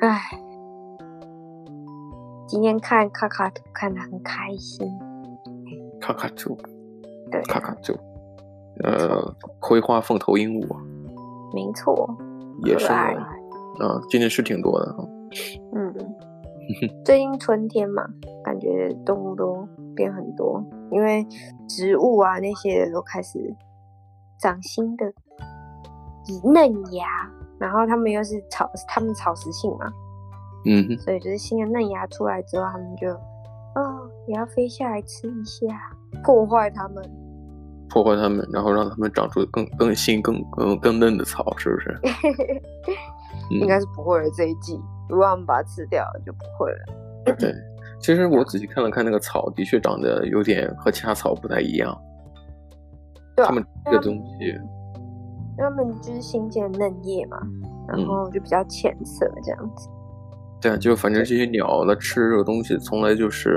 唉，今天看卡卡图看得很开心。卡卡猪，对，卡卡猪，呃，葵花凤头鹦鹉啊没错，也可是爱。啊，今年是挺多的啊。 嗯，最近春天嘛，感觉动物都变很多，因为植物啊那些都开始长新的嫩芽，然后它们又是草，它们草食性嘛，嗯哼，所以就是新的嫩芽出来之后，它们就哦也要飞下来吃一下，破坏它们。破坏它们，然后让它们长出更更新、更更更嫩的草，是 不是？嗯应该是不会了这一季，如果我们把它吃掉就不会了。其实我仔细看了看那个草，的确长得有点和其他草不太一样。对啊它们这个东西，因为它们就是新鲜的嫩叶嘛，然嗯后就比较浅色这样子。对啊，就反正这些鸟它吃这个东西，从来就是，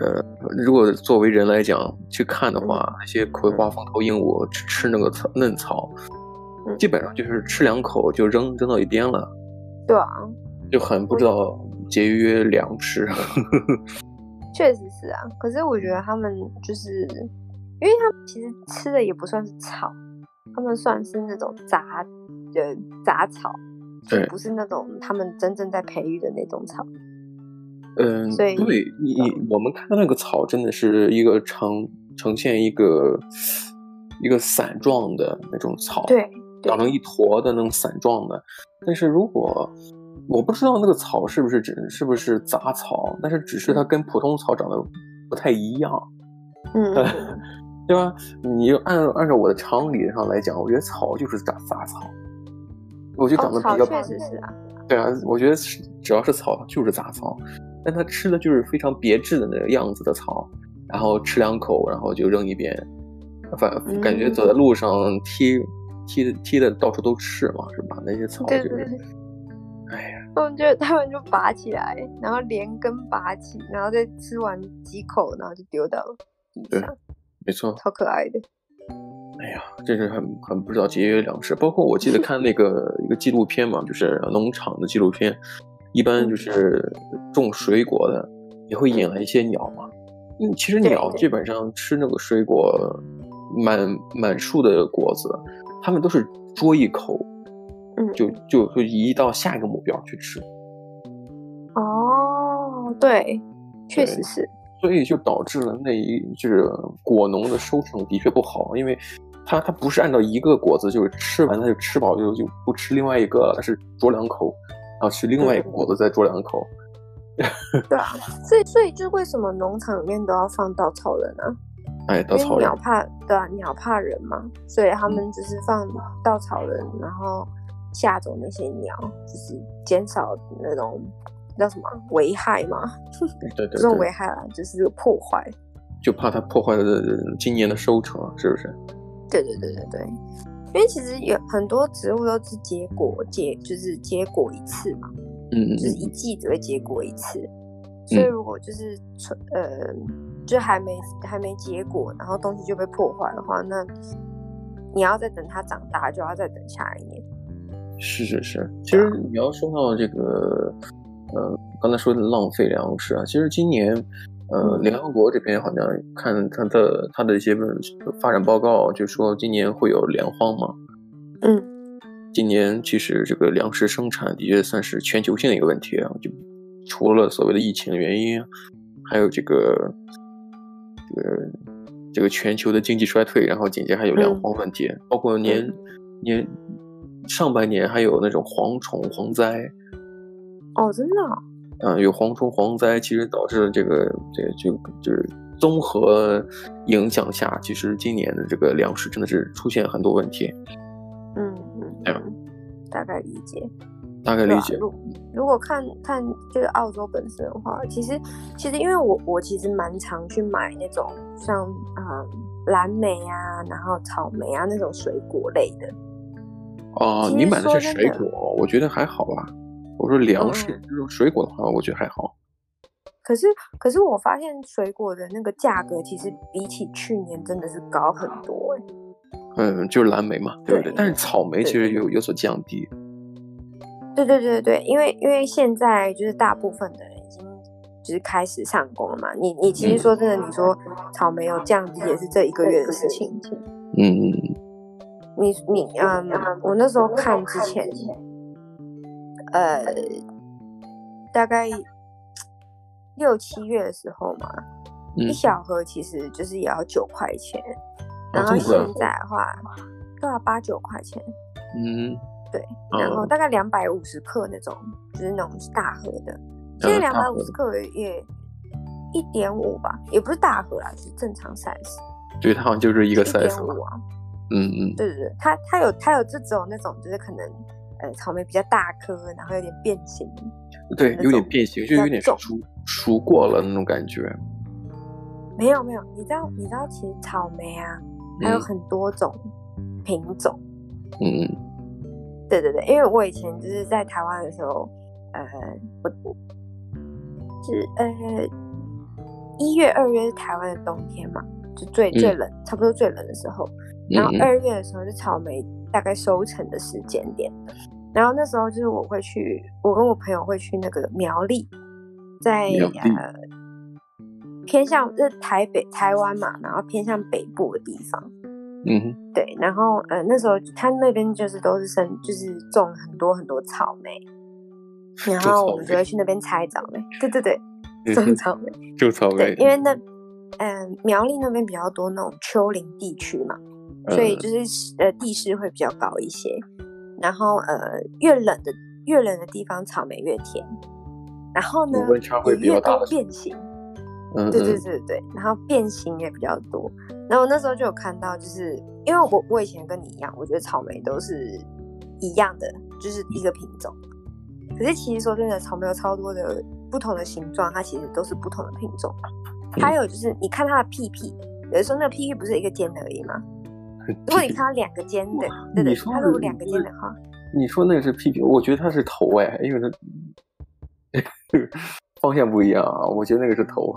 呃，如果作为人来讲去看的嗯话，那些葵花凤头鹦鹉吃吃那个草嫩草，嗯基本上就是吃两口就扔扔到一边了，对啊，就很不知道节约粮食。 确实是啊。可是我觉得它们就是，因为它们其实吃的也不算是草，它们算是那种杂呃杂草，对哦不是那种他们真正在培育的那种草。嗯，所以对你，你我们看到那个草真的是一个呈呈现一个一个伞状的那种草，对对长成一坨的那种伞状的。但是如果我不知道那个草是不是只是不是杂草，但是只是它跟普通草长得不太一样，嗯，嗯 对吧？你就按按照我的常理上来讲，我觉得草就是杂杂草，我觉得长得哦，草比较确实是啊，对啊，我觉得是只要是草，它就是杂草，但它吃的就是非常别致的那个样子的草，然后吃两口，然后就扔一边，反嗯感觉走在路上踢踢踢的到处都是嘛，是吧？那些草就嗯对对是对。哎呀，他们就他们就拔起来，然后连根拔起，然后再吃完几口，然后就丢到地对上，没错，超可爱的。这是很很不知道节约粮食。包括我记得看那个一个纪录片嘛，就是农场的纪录片，一般嗯就是种水果的也会引来一些鸟嘛。嗯，其实对鸟对基本上吃那个水果，满满树的果子，它们都是啄一口嗯，就就就移到下一个目标去吃，哦，对，确实是，所以就导致了那一就是果农的收成的确不好，因为。它它不是按照一个果子，就是吃完它就吃饱就就不吃另外一个了，它是啄两口，然后吃另外一个果子再啄两口，对啊，所以所以就是为什么农场里面都要放稻草人啊？哎，稻因草为人嗯鸟怕对啊，鸟怕人嘛，所以他们就是放稻草人，然后吓走那些鸟，就是减少那种叫什么啊危害嘛，对不对算危对，害啦，就是破坏。就怕它破坏了嗯今年的收成啊，是不是？对对对对对，因为其实有很多植物都是结果结，就是结果一次嘛，嗯就是一季只会结果一次，所以嗯如果就是存呃，就还没还没结果，然后东西就被破坏的话，那你要再等它长大，就要再等下一年。是是是。其实你要说到这个，呃，刚才说的浪费粮食啊，其实今年，呃，嗯联合国这边好像看它的它的一些问发展报告，就说今年会有粮荒嘛。嗯，今年其实这个粮食生产的确算是全球性的一个问题啊，就除了所谓的疫情的原因啊，还有这个这个这个全球的经济衰退，然后紧接着还有嗯粮荒问题，包括年年上半年还有那种蝗虫蝗灾，哦，真的、哦，啊，有蝗虫蝗灾，其实导致了这个这个就就是综合影响下，其实今年的这个粮食真的是出现很多问题，嗯嗯，对啊嗯大概理解。大概理对啊解，如如果看看就是澳洲本身的话，其实其实因为我我其实蛮常去买那种像啊、呃、蓝莓啊，然后草莓啊那种水果类的。哦，其你实买的说是真水的果，我觉得还好吧。我说粮食，嗯就是水果的话，我觉得还好。可是可是我发现水果的那个价格其实比起去年真的是高很多、欸、嗯，就是蓝莓嘛，对不对？对但是草莓其对实有有所降低。对对对对对，因为因为现在就是大部分的人已经就是开始上工了嘛。你你其实说真的，你说草莓有降低也是嗯这一个月的事情。嗯，你你嗯，我那时候看之前，呃，大概六七月的时候嘛，嗯一小盒其实就是也要九块钱，然这后么贵啊现在哦的话都要八九块钱。嗯，对，嗯然后大概两百五十克那种，就是那种大盒的。大现在概两嗯大百盒五十克也一点五吧，也不是大盒啦，就是正常 size，对，它好像就是一个一点 size 五嘛。啊。嗯嗯，对对对，它它有它有这种那种，就是可能呃草莓比较大颗，然后有点变形。对，那有点种变形，比就较有点重熟熟过了那种感觉。没有没有，你知道你知道，其实草莓啊，它有嗯很多种品种。嗯嗯对对对，因为我以前就是在台湾的时候，呃，我是呃一月、二月是台湾的冬天嘛，就最嗯最冷，差不多最冷的时候。然后嗯嗯二月的时候是草莓大概收成的时间点，然后那时候就是我会去，我跟我朋友会去那个苗栗，在苗栗呃偏向就是台北台湾嘛，然后偏向北部的地方。嗯哼对，然后呃那时候他那边就是都是生，就是种很多很多草莓，然种后草我们就莓会去那边采草莓。对对对，嗯种哼，草莓。就草对莓，，因为那嗯、呃苗栗那边比较多那种丘陵地区嘛，所嗯以就是呃地势会比较高一些。然后呃越冷的越冷的地方草莓越甜，然后呢温差会也比较越大多的时候。变形。嗯嗯对对对对，然后变形也比较多。然后我那时候就有看到，就是因为我我以前跟你一样，我觉得草莓都是一样的，就是一个品种。可是其实说真的，草莓有超多的不同的形状，它其实都是不同的品种。嗯还有就是你看它的屁屁，有的时候那个屁屁不是一个尖的而已吗？如果你看到两个尖的，对对，你说它的如果两个尖的话，你说那个是屁屁，我觉得它是头哎，因为它方向不一样啊，我觉得那个是头，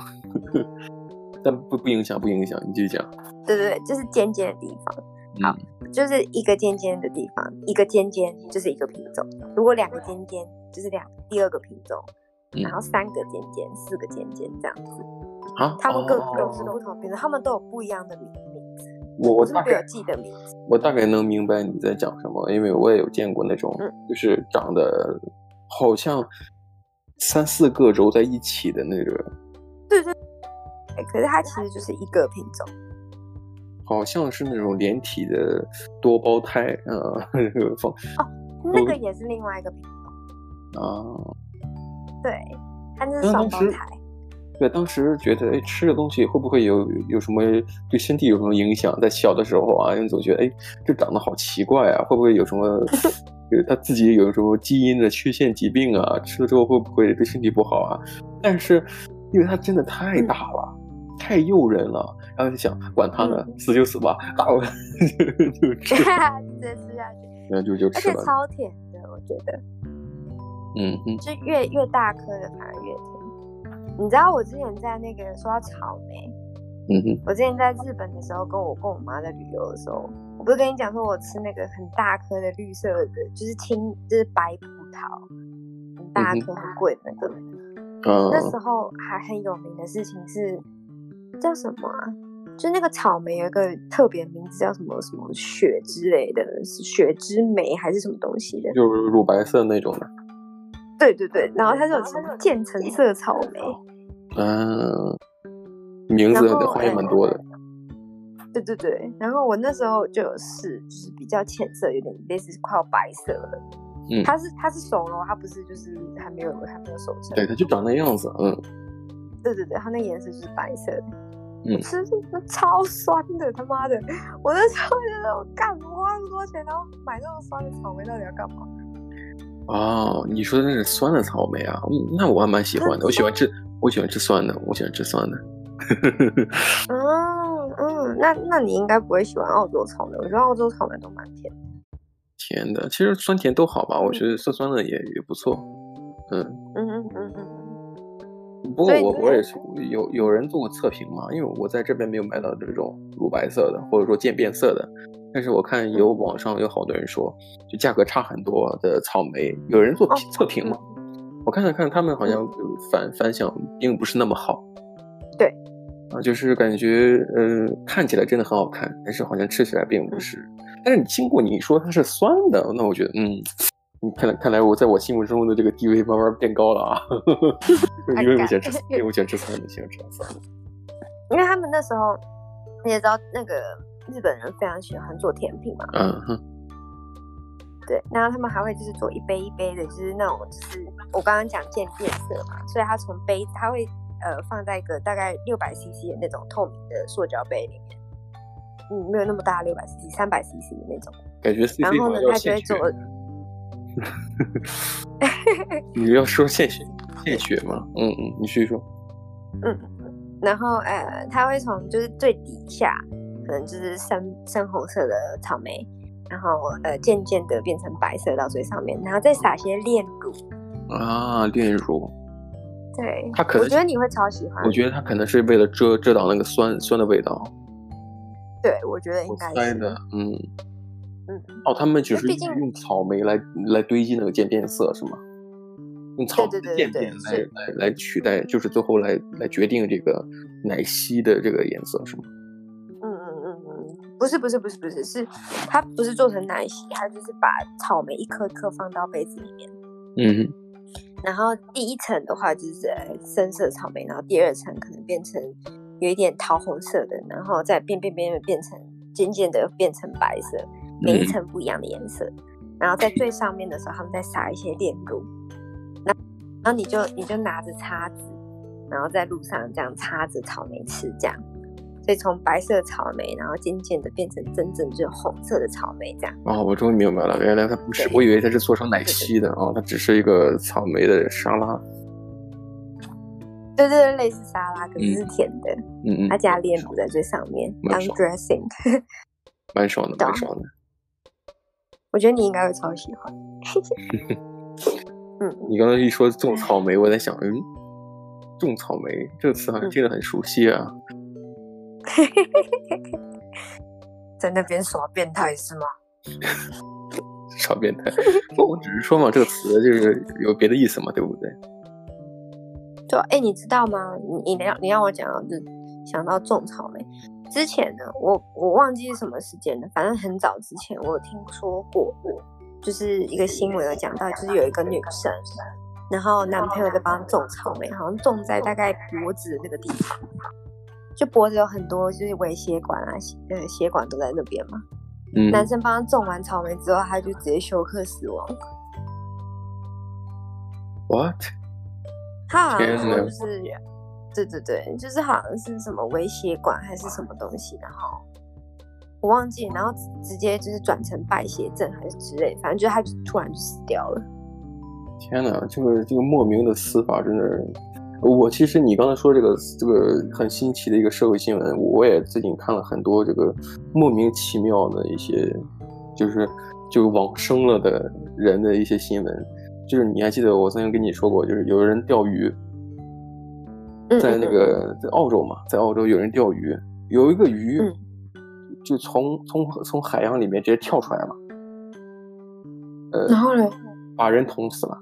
但不不影响，不影响，你继续讲。对对对，就是尖尖的地方。嗯好，就是一个尖尖的地方，一个尖尖就是一个品种。如果两个尖尖，就是两第二个品种，嗯然后三个尖尖、四个尖尖这样子，啊，他们各各哦自不同品种，他们都有不一样的名名字，我我是大不是概有记得名字？我大概能明白你在讲什么，因为我也有见过那种嗯，就是长得好像三四个揉在一起的那个，哎可是它其实就是一个品种，好像是那种连体的多胞胎 啊，那个放那个也是另外一个品种，啊，对，它那是那双当胞时胎。对，当时觉得哎，吃这东西会不会有有什么对身体有什么影响？在小的时候啊，因为总觉得哎，这长得好奇怪啊，会不会有什么？ 就是他自己有什么基因的缺陷疾病啊？吃了之后会不会对身体不好啊？但是，因为它真的太嗯大了，太诱人了，然后就想管它呢，嗯死就死吧，打我 就吃， 真是啊，然后就就而吃且了。超甜的，我觉得。嗯嗯就越越大颗的反而越甜。你知道我之前在那个说到草莓，嗯哼我之前在日本的时候，跟我跟我妈在旅游的时候，我不是跟你讲说我吃那个很大颗的绿色的，就是青就是白葡萄，很大颗很贵的那个。那时啊，候还很有名的事情是叫什么啊？就那个草莓有一个特别名字叫什么什么雪之类的，是雪之莓还是什么东西的？就是乳白色那种的。对对对，然后它是有什么渐层色草莓，嗯，名然字后好像也蛮呃多的。对对对，然后我那时候就有试，就是比较浅色，有点类似快要白色了。嗯它是它是熟了哦，它不是就是还没有还没有熟成。对，它就长那样子，嗯，对对对，它那颜色就是白色的。嗯我吃那超酸的，他妈的！我那时候觉得我干，我花那么多钱，然后买那种酸的草莓到底要干嘛？哦，你说的那是酸的草莓啊？嗯，那我还蛮喜欢的，我喜欢吃，我喜欢吃酸的，我喜欢吃酸的。 嗯嗯，那那你应该不会喜欢澳洲草莓，我觉得澳洲草莓都蛮甜的。甜的，其实酸甜都好吧，我觉得酸酸的也也不错。嗯，嗯嗯嗯嗯所不过以我你我也是有有人做过测评嘛，因为我在这边没有买到这种乳白色的，或者说渐变色的，但是我看有嗯网上有好多人说，就价格差很多的草莓，有人哦做评测评嘛？嗯我看了看，他们好像就反反响并不是那么好。对，啊，就是感觉呃，看起来真的很好看，但是好像吃起来嗯并不是。但是你经过你说它是酸的，那我觉得嗯，你看来看来我在我心目中的这个地位慢慢变高了啊， 因为我喜欢吃，因为我喜欢吃酸的，喜欢吃酸的。因为他们那时候你也知道，那个日本人非常喜欢做甜品 嘛，嗯哼，对，然后他们还会就是做一杯一杯的，就是那种就是我刚刚讲渐变色嘛，所以它从杯子它会呃放在一个大概六百 CC 的那种透明的塑胶杯里面，嗯，没有那么大，六百 CC、三百 CC 的那种，感觉 C C 然后呢马上要他就献会血做，你要说献血献血吗？嗯嗯，你 继续说。然后呃它会从就是最底下可能就是深深红色的草莓，然后呃渐渐的变成白色到最上面，然后再撒些炼乳，啊，炼乳，对，它可能我觉得你会超喜欢，我觉得它可能是为了遮遮挡那个酸酸的味道，啊对，我觉得应我该猜是的，嗯，嗯，哦，他们只那是毕竟用草莓来来堆积那个渐变色是吗？用草莓对的对对渐对变对来是来来取代，就是最后来来决定这个奶昔的这个颜色是吗？嗯嗯嗯嗯，不是不是不是不是，是它不是做成奶昔，它就是把草莓一颗一颗放到杯子里面，嗯然后第一层的话就是呃深色草莓，然后第二层可能变成有一点桃红色的，然后再变变变变变成渐渐的变成白色，每一嗯层不一样的颜色，然后在最上面的时候，他们再撒一些炼乳，然后然后你就你就拿着叉子，然后在路上这样叉着草莓吃这样。所以从白色草莓，然后渐渐的变成真正就红色的草莓，这样哦，我终于明白了，原来它不是，对我以为它是做成奶昔的哦，它只是一个草莓的沙拉，对对对，类似沙拉，可是是甜的，嗯嗯它，加炼乳在最上面蛮当爽 dressing。 蛮爽的，蛮懂爽的。我觉得你应该会超喜欢。嗯，你刚才一说种草莓，我在想，嗯，种草莓这个词好像嗯听着很熟悉啊。在那边耍变态是吗？小变态。 不，我只是说嘛，这个词就是有别的意思嘛，对不对？对啊，哎、你知道吗？你你让你让我讲到就想到种草莓之前呢，我我忘记是什么时间了，反正很早之前我有听说过，就是一个新闻有讲到，就是有一个女生，然后男朋友在帮她种草莓，好像种在大概脖子那个地方，就脖子有很多就是微血管啊，血呃血管都在那边嘛。嗯，男生帮他种完草莓之后，他就直接休克死亡。 what？他好像天说哪就是，对对对，就是好像是什么微血管还是什么东西，然后我忘记，然后直直接就是转成败血症还是之类，反正就是他就突然就死掉了。天哪，这个这个莫名的死法真的是。我其实你刚才说这个这个很新奇的一个社会新闻，我也最近看了很多这个莫名其妙的一些，就是就往生了的人的一些新闻。就是你还记得我曾经跟你说过，就是有人钓鱼，嗯，在那个在澳洲嘛，在澳洲有人钓鱼，有一个鱼、嗯就从从从海洋里面直接跳出来了，嗯，然后呢？把人捅死了。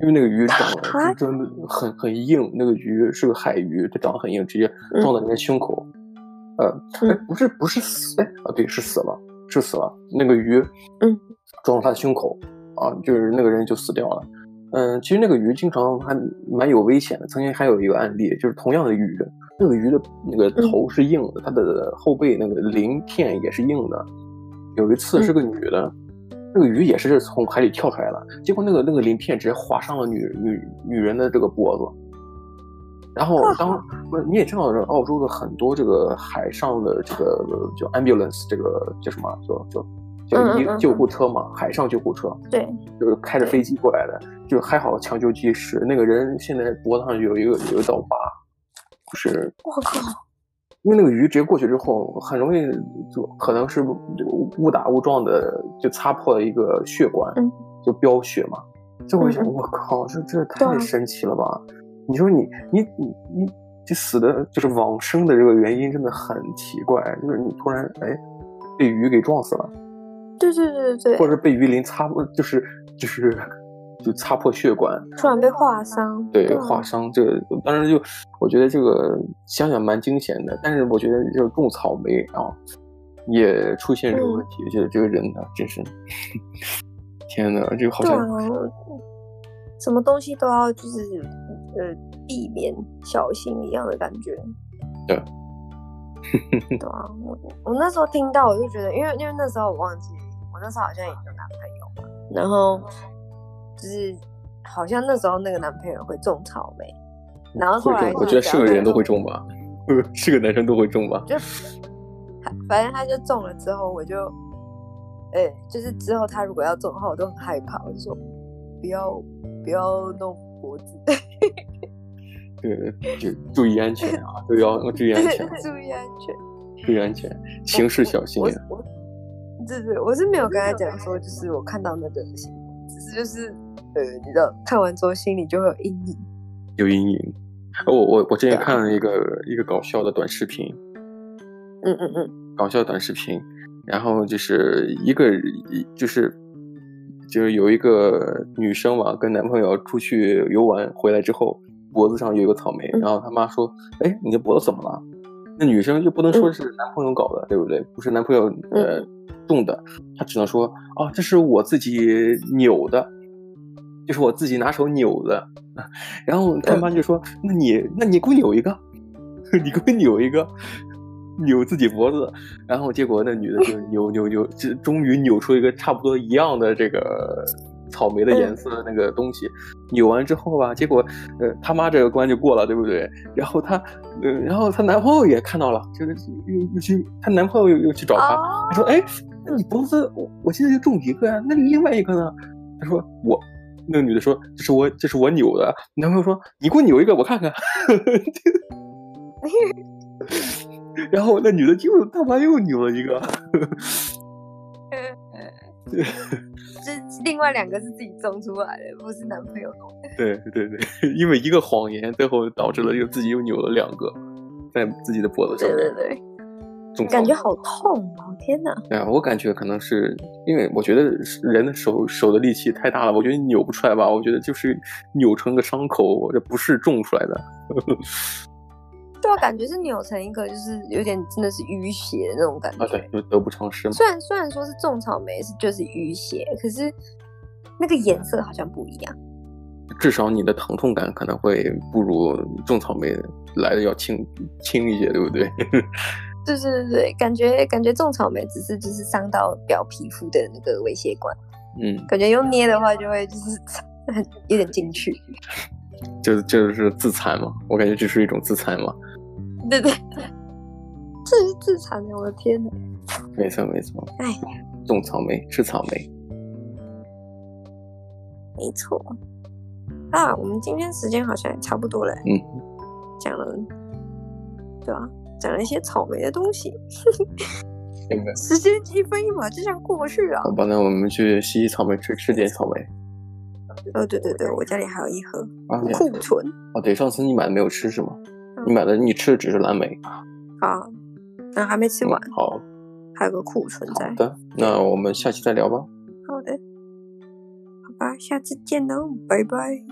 因为那个鱼长啊得真的很很硬，那个鱼是个海鱼，它长得很硬，直接撞到人家胸口。呃，哎嗯，不是不是死，哎啊，对，是死了，是死了。那个鱼，嗯，撞到他的胸口，啊，就是那个人就死掉了。嗯，其实那个鱼经常还蛮有危险的。曾经还有一个案例，就是同样的鱼，那个鱼的那个嗯头是硬的，它的后背那个鳞片也是硬的。有一次是个女的，那个鱼也是从海里跳出来了，结果那个那个鳞片直接划伤了女女女人的这个脖子。然后啊当不是你也知道，澳洲的很多这个海上的这个叫 ambulance 这个叫什么叫叫叫嗯嗯医嗯救护车嘛，海上救护车对，就是开着飞机过来的，就还好抢救及时。那个人现在脖子上有一个有一道疤，就是我靠，因为那个鱼直接过去之后，很容易就可能是误打误撞的就擦破了一个血管，嗯就飙血嘛。这我一想嗯，我靠，这这对啊太神奇了吧！你说你你你你这死的就是往生的这个原因真的很奇怪，就是你突然哎被鱼给撞死了，对对对对或对，者被鱼鳞擦破，就是就是就擦破血管，突然被划伤，对啊划伤这个，当然就我觉得这个想想蛮惊险的，但是我觉得就是种草莓啊，也出现这个嗯问题，就是这个人啊，真是， 天哪，这个好对像啊，什么东西都要就是呃避免小心一样的感觉。对， 对啊，我我那时候听到我就觉得，因为因为那时候我忘记，我那时候好像也有男朋友嘛，然后就是好像那时候那个男朋友会种草莓，然后后会来就中，我觉得只是要个他人都会种中吧，呃，是个男生都会中吧，就他反正他就中了之后，我就，呃、就是之后他如果要中的话，我都很害怕，我就说不要不要弄脖子，对，就注意安全啊，都要注意安全， 啊注意安全，注意安全，行事小心 我啊。我对对，我是没有跟他讲说，就是我看到那个新闻，只是就是呃，你知道看完之后心里就会有阴影。有阴影。我哦我我之前对啊看了一个一个搞笑的短视频，嗯嗯嗯，搞笑短视频，然后就是一个一就是就是有一个女生嘛，跟男朋友出去游玩回来之后，脖子上有一个草莓，嗯然后她妈说：“哎，你的脖子怎么了？”那女生就不能说是男朋友搞的，对不对？不是男朋友呃种的，她只能说：“啊，这是我自己扭的，就是我自己拿手扭的。” 然后他妈就说：“那你那你给我扭一个， 你给我扭一个，扭自己脖子。”然后结果那女的就扭扭扭，就终于扭出一个差不多一样的这个草莓的颜色的那个东西。扭完之后吧，结果呃他妈这个关就过了，对不对？然后她呃然后她男朋友也看到了，就是又又去她男朋友又又去找她，哦，他说：“哎，那你脖子，我我现在就中一个呀、那你另外一个呢？”他说：“我。”那个女的说：“这是我，这是我扭的。”男朋友说：“你给我扭一个，我看 看。”然后那女的又他妈又扭了一个，这另外两个是自己种出来的，不是男朋友弄的。 对对对，因为一个谎言，最后导致了又自己又扭了两个，在自己的脖子上对对面对，种草感莓觉好痛哦！天哪，哎呀，我感觉可能是因为我觉得是人的手手的力气太大了，我觉得扭不出来吧，我觉得就是扭成个伤口，这不是种出来的。对啊，感觉是扭成一个，就是有点真的是淤血的那种感觉。啊，对，就得不偿失嘛。虽然虽然说是种草莓是就是淤血，可是那个颜色好像不一样。至少你的疼痛感可能会不如种草莓来的要轻轻一些，对不对？ 对对对对，感觉感觉种草莓只是就是伤到表皮肤的那个微血管，嗯，感觉用捏的话就会就是 很有点进去。就就是自残嘛，我感觉这是一种自残嘛。对对，这是自残的，我的天哪！没错没错，哎，种草莓吃草莓，没错。啊，我们今天时间好像也差不多了。嗯，讲了，对啊，讲了一些草莓的东西，对不对？时间一分一秒就像过去啊了好。吧，那我们去洗洗草莓吃，吃点草莓。哦，对对对，我家里还有一盒啊，对库存哦对，上次你买的没有吃是吗？嗯你买的你吃的只是蓝莓，啊，那还没吃嗯完，好，还有个库存在好。的，那我们下期再聊吧。好的，好吧，下次见喽，拜拜。